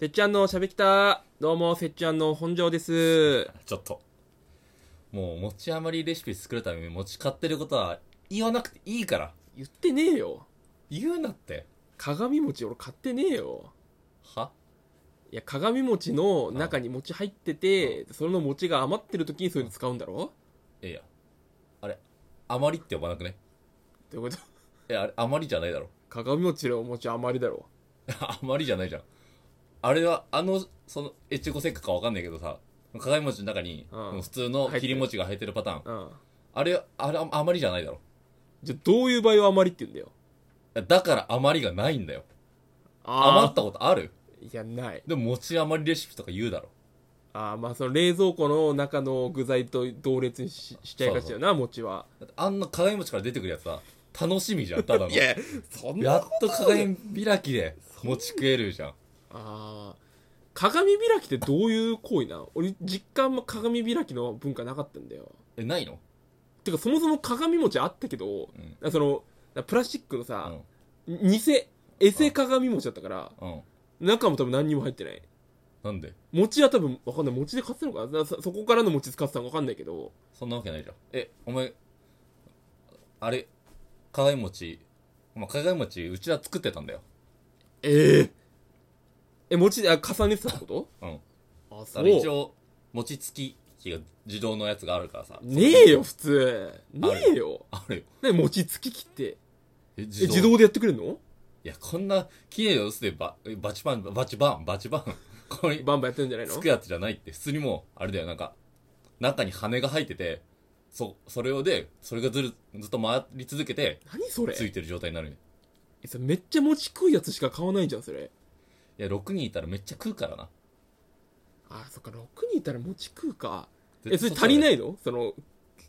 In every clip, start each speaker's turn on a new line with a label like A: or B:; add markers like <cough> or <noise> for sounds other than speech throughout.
A: せっちゃんのしゃべきたどうもせっちゃんの本庄です
B: <laughs> ちょっと。もう持ち余りレシピ作るために持ち買ってることは言わなくていいから。
A: 言ってねえよ
B: 言うなって。
A: 鏡餅俺買ってねえよ
B: はい
A: や鏡餅の中に餅入っててその餅が余ってる時にそれで使うんだろ
B: いやいや。あれ、余りって呼ばなくね
A: どういうこと
B: いや、あれ、余りじゃないだろ。 <laughs>
A: 鏡餅の餅余りだろ
B: 余りじゃないじゃん。あれは、あの、その、エチゴセッカかわかんないけどさ、鏡餅の中に、
A: うん
B: 普通の切り餅が入ってるパターン。
A: うん
B: あれ、あれ、あ余りじゃないだろ。
A: じゃあどういう場合は余りって言うんだよ
B: だから余りがないんだよ。余
A: あ
B: ったことある
A: ーいやない
B: でも持ち余りレシピとか言うだろ。
A: あーまあその冷蔵庫の中の具材と同列にししちゃいがちだよな餅は
B: だってあんな鏡餅から出てくるやつは、楽しみじゃん、ただ <laughs> の。
A: やそん
B: やっと鏡開きで持ち食えるじゃん。
A: ああ鏡開きってどういう行為なの俺実家も鏡開きの文化なかったんだよ
B: え、ないの
A: てかそもそも鏡餅あったけど、そのプラスチックの
B: う
A: さ
B: ん、。
A: 偽エセ鏡餅だったから
B: うん。
A: 中も多分何にも入ってない
B: なんで
A: 餅は多分わかんない餅で買ってたのかなそそこからの餅使ってたのかわかんないけど
B: そんなわけないじゃん。え、お前、あれ、鏡餅、まあ、鏡餅、うちら作ってたんだよ。
A: えええ餅であ重ねてたってこと
B: うん。
A: あ
B: あれ一応、餅つき機が自動のやつがあるからさ。
A: ねえよ普通ねえよ
B: あるよ。
A: ね餅つき切って
B: え、
A: え
B: 自動。
A: 自動でやってくれるの
B: いや、こんな、綺麗よ、すでにバ、バチバン、バチバン、バチバン。これ、
A: バンバンやってるんじゃないの
B: つくやつじゃないって、普通にもう、あれだよ、なんか、中に羽が入ってて、そ、それをで、それがずる、ずっと回り続けて、
A: 何それ
B: ついてる状態になるね。
A: えそれめっちゃ餅食うやつしか買わないじゃんそれ
B: いや、6人いたらめっちゃ食うからな。
A: あそっか6人いたら餅食うかえそ
B: 絶
A: れ足
B: 対
A: りな
B: う
A: いのその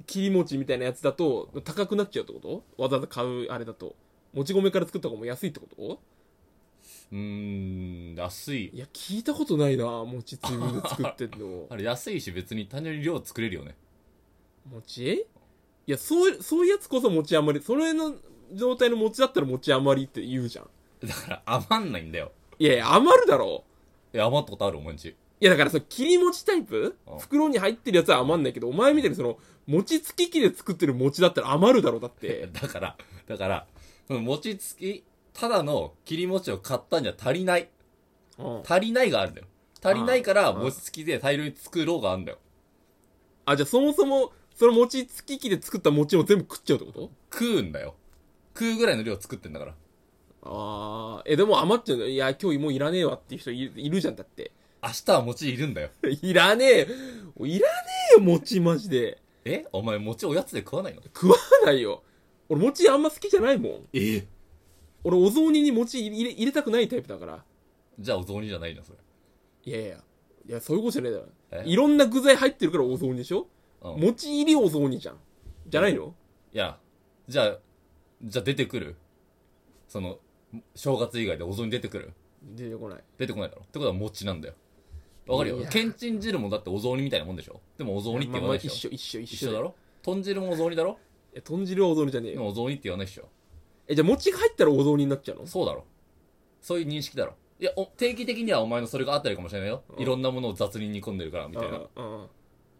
A: 切り餅みたいなやつだと高くなっちゃうってことわざわざ買うあれだともち米から作った方が安いってこと
B: だよ。うーん、安い。
A: いや聞いたことないな餅つゆで作ってん <laughs> の
B: あれ安いし別に単純に量作れるよね。
A: 餅いやそうそういうやつこそ餅余りそれの状態の餅だったら餅余りって言うじゃん
B: だから余んないんだよ。
A: いやいや余るだろ
B: え、余ったことあるお前んち。
A: いやだからその切り餅タイプ
B: うん
A: 袋に入ってるやつは余んないけどお前みたいにその餅つき器で作ってる餅だったら余るだろだっ
B: え
A: て
B: だから、だから、その餅つき、ただの切り餅を買ったんじゃ足りない。
A: うん
B: 足りないがあるんだよ。足りないから
A: うん
B: 餅つきで大量に作ろうがあるんだよ。
A: あじゃあそもそもその餅つき器で作った餅を全部食っちゃうってこと
B: 食うんだよ。食うぐらいの量作ってんだから。
A: ああえでも余っちゃうのいや今日もういらねえわっていう人いいるじゃんだって <laughs>
B: 明日は餅いるんだよ。
A: いらねえいらねえよ餅マジで
B: えお前餅おやつで食わないの
A: 食わないよ俺餅あんま好きじゃないもん
B: え
A: 俺お雑煮に餅入れ入れたくないタイプだから
B: じゃあお雑煮じゃないじゃん、それ。
A: いやいやいやそういうことじゃないだろ
B: え
A: いろんな具材入ってるからお雑煮でしょ
B: うん
A: 餅入りお雑煮じゃんじゃないの
B: いや、じゃあ、じゃあ出てくるその、正月以外でお雑煮出てくる
A: 出てこない
B: 出てこないだろってことは餅なんだよ。わかる
A: い
B: よ
A: や。
B: けんちん汁もだってお雑煮みたいなもんでしょでもお雑煮って
A: まあ
B: 言わ
A: まあ
B: ない
A: 一
B: でしょ
A: 緒一緒一
B: 一
A: 緒
B: 緒だろ豚汁もお雑煮だろ
A: え豚汁はお雑煮じゃねえ
B: で
A: よ
B: もお雑煮って言わないでしょ
A: えじゃあ餅が入ったらお雑煮になっちゃうの
B: そうだろそういう認識だろいや、お定期的にはお前のそれがあったりかもしれないよ。
A: うん
B: いろんなものを雑に煮込んでるから、みたいな。
A: うんうんうん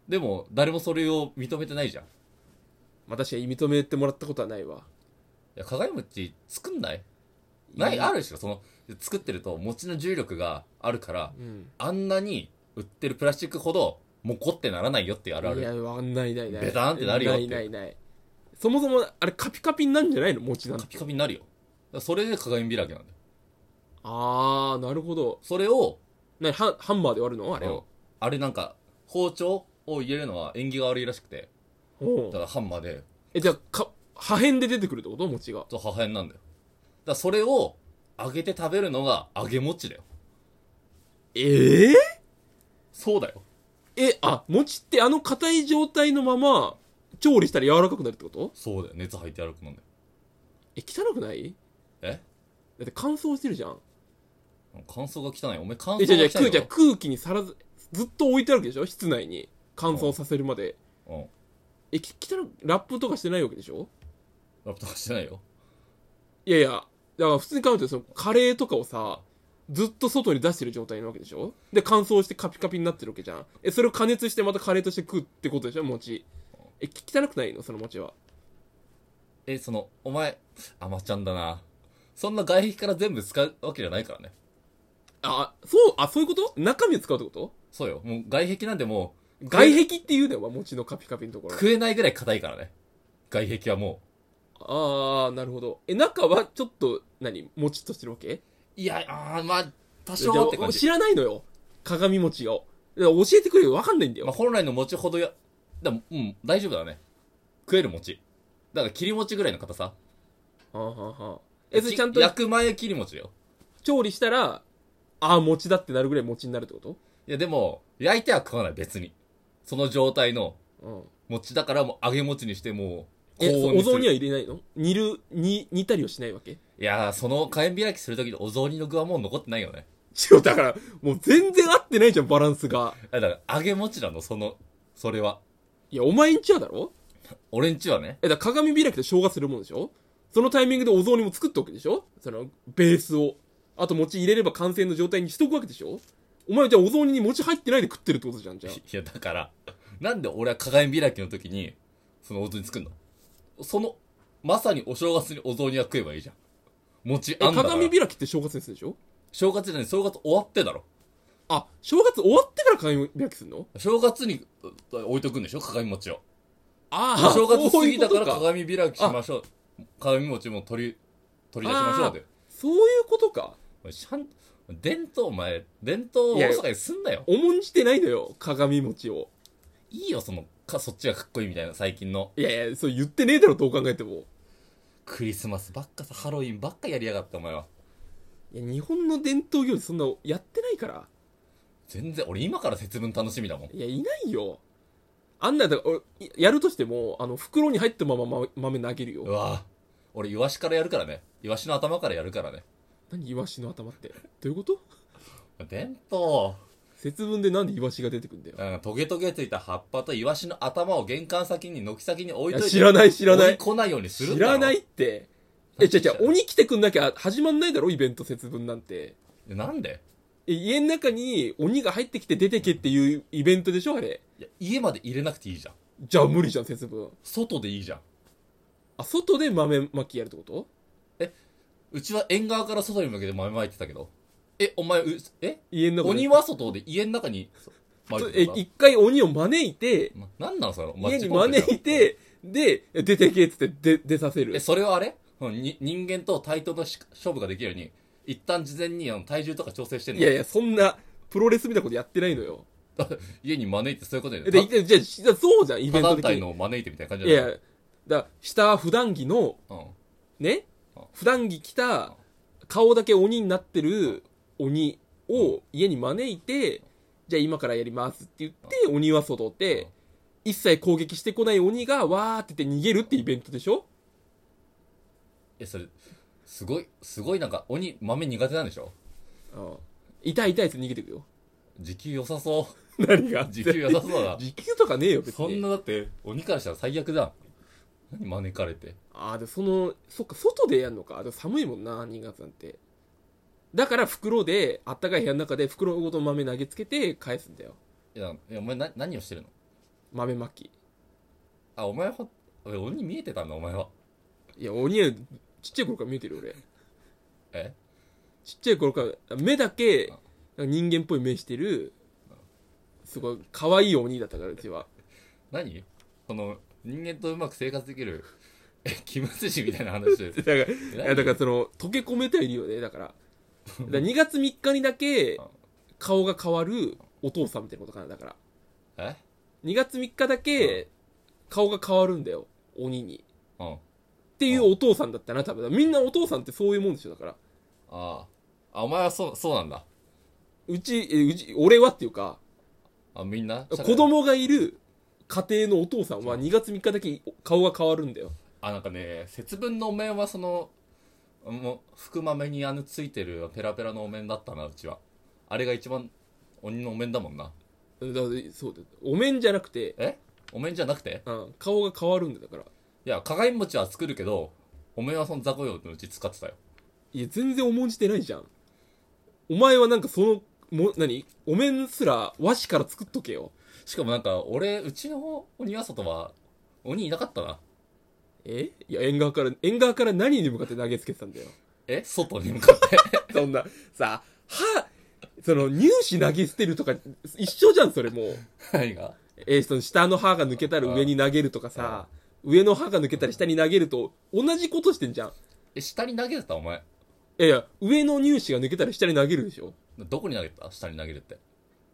B: でも、誰もそれを認めてないじゃん。い
A: まあ確かに認めてもらったことはないわ
B: や、鏡餅作んないない、あるでしょその、作ってると餅の重力があるから、
A: うん
B: あんなに売ってるプラスチックほど、もこってならないよっていうあるあ
A: い
B: る。
A: やわかんないないない
B: ベタンってなるよっ
A: な
B: て
A: いないないそもそもあれカピカピになんじゃないの餅なん
B: カ
A: て
B: ピカピになるよ。だからそれで鏡開きなんだよ。
A: ああなるほど
B: それを、
A: なにハハンマーで割るのあ
B: あ
A: れ
B: れ
A: を
B: あれなんか、包丁を入れるのは縁起が悪いらしくて、
A: おう
B: だからハンマーで、
A: えじゃあか破片で出てくるってこと餅が
B: と母親なんだよ。だからそれを、揚げて食べるのが揚げ餅だよ。
A: ええ
B: そうだよ。
A: え、あ、餅ってあの硬い状態のまま調理したら柔らかくなるってこと
B: そうだよ。熱入って歩くもんだよ。
A: え、汚くない
B: え
A: だって乾燥してるじゃん。
B: 乾燥が汚い。お前乾
A: え、じゃあじゃ
B: 燥
A: あ空
B: が汚い
A: じゃ
B: よ
A: あ。空気にさらず、ずっと置いてあるわけでしょ室内に。乾燥させるまで。
B: うん。
A: え、き汚いラップとかしてないわけでしょ
B: ラップとかしてないよ。
A: いやいや、だから普通に考えてそのカレーとかをさ、ずっと外に出してる状態なわけでしょで、乾燥してカピカピになってるわけじゃん。え、それを加熱してまたカレーとして食うってことでしょ餅。え、き汚くないのその餅は。
B: え、その、お前、アマちゃんだな。そんな外壁から全部使うわけじゃないからね。
A: あ、そう、あ、そういうこと中身を使うってこと
B: そうよ。もう外壁なんでもう、
A: 外
B: 食え
A: 壁って言うのよ、餅のカピカピのところ。
B: 食えないぐらい硬いからね。外壁はも
A: あー、なるほど。え、中はちょっと、何もちっとしてるわけ
B: う。いや、あーまあ、
A: い
B: 多
A: や
B: 少って感じ。
A: 知らないのよ。鏡餅を。いや教えてくれよ。わかんないんだよ。
B: まあ、本来の餅ほどや、でも、うん、大丈夫だね。食える餅。だから切り餅ぐらいの硬さ。
A: はあはあはあえ、それちゃんと
B: 焼く前切り餅だよ。
A: 調理したら、あー、餅だってなるぐらい餅になるってこと
B: いや、でも、焼いては食わない、別に。その状態の
A: うん。
B: 餅だから、もう揚げ餅にして、もう、
A: え、
B: 高温
A: お
B: にす
A: 雑
B: る。
A: 煮は入れないの煮る、煮、煮たりはしないわけ <laughs>
B: いやー、その火炎開きするときのお雑煮の具はもう残ってないよね。
A: 違う、だから、もう全然合ってないじゃん、バランスが。
B: あだから、揚げ餅なの、その、それは。
A: いや、お前んちはだろ
B: 俺んちはね。
A: え、だから鏡開きと正月するもんでしょそのタイミングでお雑煮も作っとくわけでしょその、ベースを。あと餅入れれば完成の状態にしとくわけでしょお前はじゃあお雑煮に餅入ってないで食ってるってことじゃん、じゃあ。
B: いや、だから、なんで俺は鏡開きの時に、そのお雑煮作るのその、まさにお正月にお雑煮は食えばいいじゃん。餅あ
A: え、
B: んだから。
A: 鏡開きって正月にするでしょ
B: 正月じゃない、正月終わってだろ。
A: あ、正月終わってから鏡開きするの
B: 正月にう置いとくんでしょ鏡餅を。
A: ああ、
B: 正月過ぎたから
A: そういうことか。
B: 鏡開きしましょう。鏡餅も取り、取り出しましょうって。
A: そういうことか。
B: お前ちゃん、伝統お前、伝統を
A: いや
B: 大阪にすんなよ。
A: 重んじてないのよ、鏡餅を。
B: いいよ、その、か、そっちがかっこいいみたいな、最近の。
A: いやいや、そう言ってねえだろ、どう考えても。
B: クリスマスばっかさ、ハロウィンばっかやりやがった、お前は。
A: いや、日本の伝統行事そんなやってないから。
B: 全然、俺今から節分楽しみだもん。
A: いや、いないよ。あんなだから、俺いやるとしても、あの、袋に入ったままま豆投げる
B: う
A: よ。
B: わぁ。俺、イワシからやるからね。イワシの頭からやるからね。
A: 何、イワシの頭って。どういうこと
B: 弁当。
A: 節分でなんでイワシが出てくんだよ。
B: なんか、トゲトゲついた葉っぱとイワシの頭を玄関先に、軒先に置
A: い
B: いと
A: や、
B: いて。
A: 知らない、知らな
B: 鬼
A: い。
B: 来ないようにするん
A: 知
B: だろ
A: らないって。え、違う違う、鬼来てくんなきゃ始まんないだろ、イベント節分なんて。
B: えなんで
A: え家の中に鬼が入ってきて出てけっていうイベントでしょ、あれ。
B: いや、家まで入れなくていいじゃん。
A: じゃあ無理じゃん、節分。
B: 外でいいじゃん。
A: あ、外で豆まきやるってこと
B: うちは縁側から外に向けて豆まいてたけど。え、お前、うえ
A: 家の中で
B: 鬼は外で家の中に巻い
A: え、
B: てた
A: 一回鬼を招いて、
B: ななんなのそれ
A: 家に招いて、で、出てけっつって出出させ
B: え
A: る。
B: それはあれに人間と対等のし勝負ができるように一旦事前にあの体重とか調整してんの
A: いやいや、そんな、プロレスみたいなことやってないのよ。
B: 家に招いてそういうこと
A: え
B: で
A: で、いやじゃあしじゃあそうじゃん、イベ
B: 他
A: ント
B: 団
A: 的
B: 体
A: に。
B: のを招いてみたいな感じ
A: い
B: じゃ
A: や
B: ない
A: や、だ下普段着の、
B: うん、
A: ね
B: うん、
A: 普段着着た、顔だけ鬼になってる鬼を家に招いて、じゃあ今からやりますって言って、鬼は外で、一切攻撃してこない鬼がわーって言って逃げるってイベントでしょ
B: えそれすごいすごいなんか鬼豆苦手なんでしょ
A: うん痛い痛いやつ逃げてく
B: <laughs>
A: よ。
B: 時給良さそ
A: 何が
B: う時給良さそうだ
A: 時給とかねえよ、
B: な
A: 別
B: そん
A: に。
B: なだって鬼からしたら最悪だ何招かれて
A: ああ、で、その、そっか、外でやるのか。でも寒いもんな、2月なんて。だから袋で、あったかい部屋の中で袋ごと豆投げつけて返すんだよ。
B: いやいやお前な何をしてるの
A: 豆まき。
B: あお前はお前鬼見えてたんだお前はい
A: や、鬼は、ちっちゃい頃から見えてるよ、俺。
B: え
A: ちっちゃい頃から、目だけ、なんか人間っぽい目してる、すごい、可愛い鬼だったから、うちは。
B: 何この人間とうまく生活できるえキムスジみたいな話で
A: <laughs> <laughs> だから、いやだからその、溶け込めてはいるよね、だから。 <laughs> だから2月3日にだけ、顔が変わるお父さんみたいなことかな、だから。
B: え
A: 2月3日だけ顔が変わるんだよ鬼に
B: うんあ
A: っていうお父さんだったな多分みんなお父さんってそういうもんでしょだから
B: ああお前はそうそうなんだ
A: うちえうち俺はっていうか
B: あみんな
A: 子供がいる家庭のお父さんは2月3日だけ顔が変わるんだよ
B: あなんかね節分のお面はそのもう福豆にあのついてるペラペラのお面だったなうちはあれが一番鬼のお面だもんな
A: だからそうだよお面じゃなくて、
B: えお面じゃなくて
A: うん、顔が変わるんだよだから
B: いや鏡餅は作るけどお面はその雑魚用のうち使ってたよ
A: いや全然重んじてないじゃんお前はなんかその、も、何お面すら和紙から作っとけよ。
B: しかもなんか、俺、うちの鬼は外は、鬼いなかったな。
A: えいや、縁側から、縁側から何に向かって投げつけてたんだよ。
B: え外に向かって。
A: <laughs> そんな、さ、は、その、乳歯投げ捨てるとか、一緒じゃん、それもう。
B: 何が
A: えーその下の歯が抜けたら上に投げるとかさ、上の歯が抜けたら下に投げると、同じことしてんじゃん。い
B: え、下に投げてたお前。
A: やいや、上の乳歯が抜けたら下に投げるでしょ
B: どこに投げてた下に投げるって。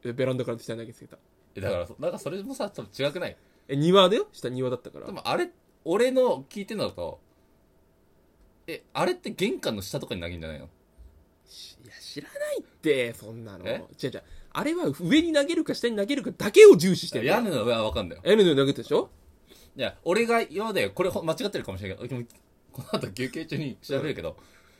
A: えベランダから下に投げつけた。
B: え、だからそ、なんかそれもさ、ちょっと違くない
A: え、庭だよ下庭だったから
B: で。もあれ、俺の聞いてんのだと、え、あれって玄関の下とかに投げんじゃないの
A: しいや、知らないって、そんなの。違
B: え
A: う違う。あれは上に投げるか下に投げるかだけを重視してる。
B: 屋根の上はわかんだよ。
A: N の投げたでしょ
B: いや、俺が今まで、これほ間違ってるかもしれないけど、でもこの後休憩中に調べるけど、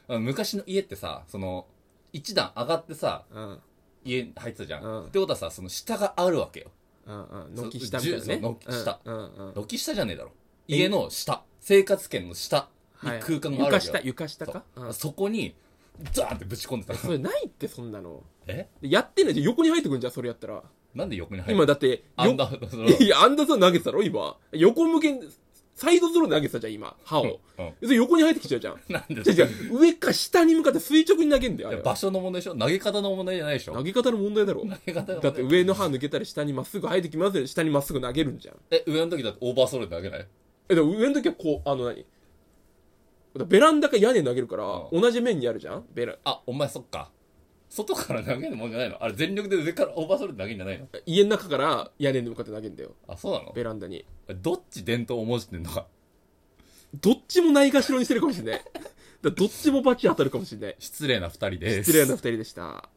B: あの昔の家ってさ、その、一段上がってさ、
A: うん。
B: 家に入ってたじゃん。
A: うん
B: ってことはさ、その下があるわけよ。
A: うんうん。
B: そう
A: 軒下みたいなね。
B: そう軒下
A: うんうんうん。
B: 軒下じゃねえだろ。家の下、生活圏の下に
A: はい
B: 空間がある
A: 床
B: わけよ。
A: 下、床下か
B: そう
A: うん
B: そこに、ザーンってぶち込んでたの。
A: それないって、そんなの。
B: え
A: やってないじゃん。横に入ってくんじゃん、それやったら。
B: なんで横に入る
A: 今だって、
B: あんな、その、
A: いや、アンダーゾーン投げてたろ、今。横向けに、サイドゾーンで投げてたじゃん、今。歯を。
B: うん
A: それ横に入ってきちゃうじゃん。
B: なんで
A: 違う違う、上か下に向かって垂直に投げんだよ、あ
B: い
A: れ
B: や
A: は。
B: 場所の問題でしょ投げ方の問題じゃないでしょ
A: 投げ方の問題だろ。
B: 投げ方の問題
A: だって上の歯抜けたら下にまっすぐ生えてきますよ、下にまっすぐ投げるんじゃん。
B: え、上の時だってオーバーソロで投げない
A: え、でも上の時はこう、あの何だからベランダか屋根投げるから、
B: う
A: 同じ面にあるじゃんベラ、
B: あ、お前そっか。外から投げるもんじゃないのあれ全力で上からオーバーソロで投げるんじゃないの
A: 家の中から屋根に向かって投げんだよ。
B: あ、そうなの
A: ベランダに。
B: どっち伝統を重んじてんのか。
A: どっちもないがしろにしてるかもしれない。だからどっちもバチ当たるかもしれない。
B: 失礼な二人です。
A: 失礼な二人でした。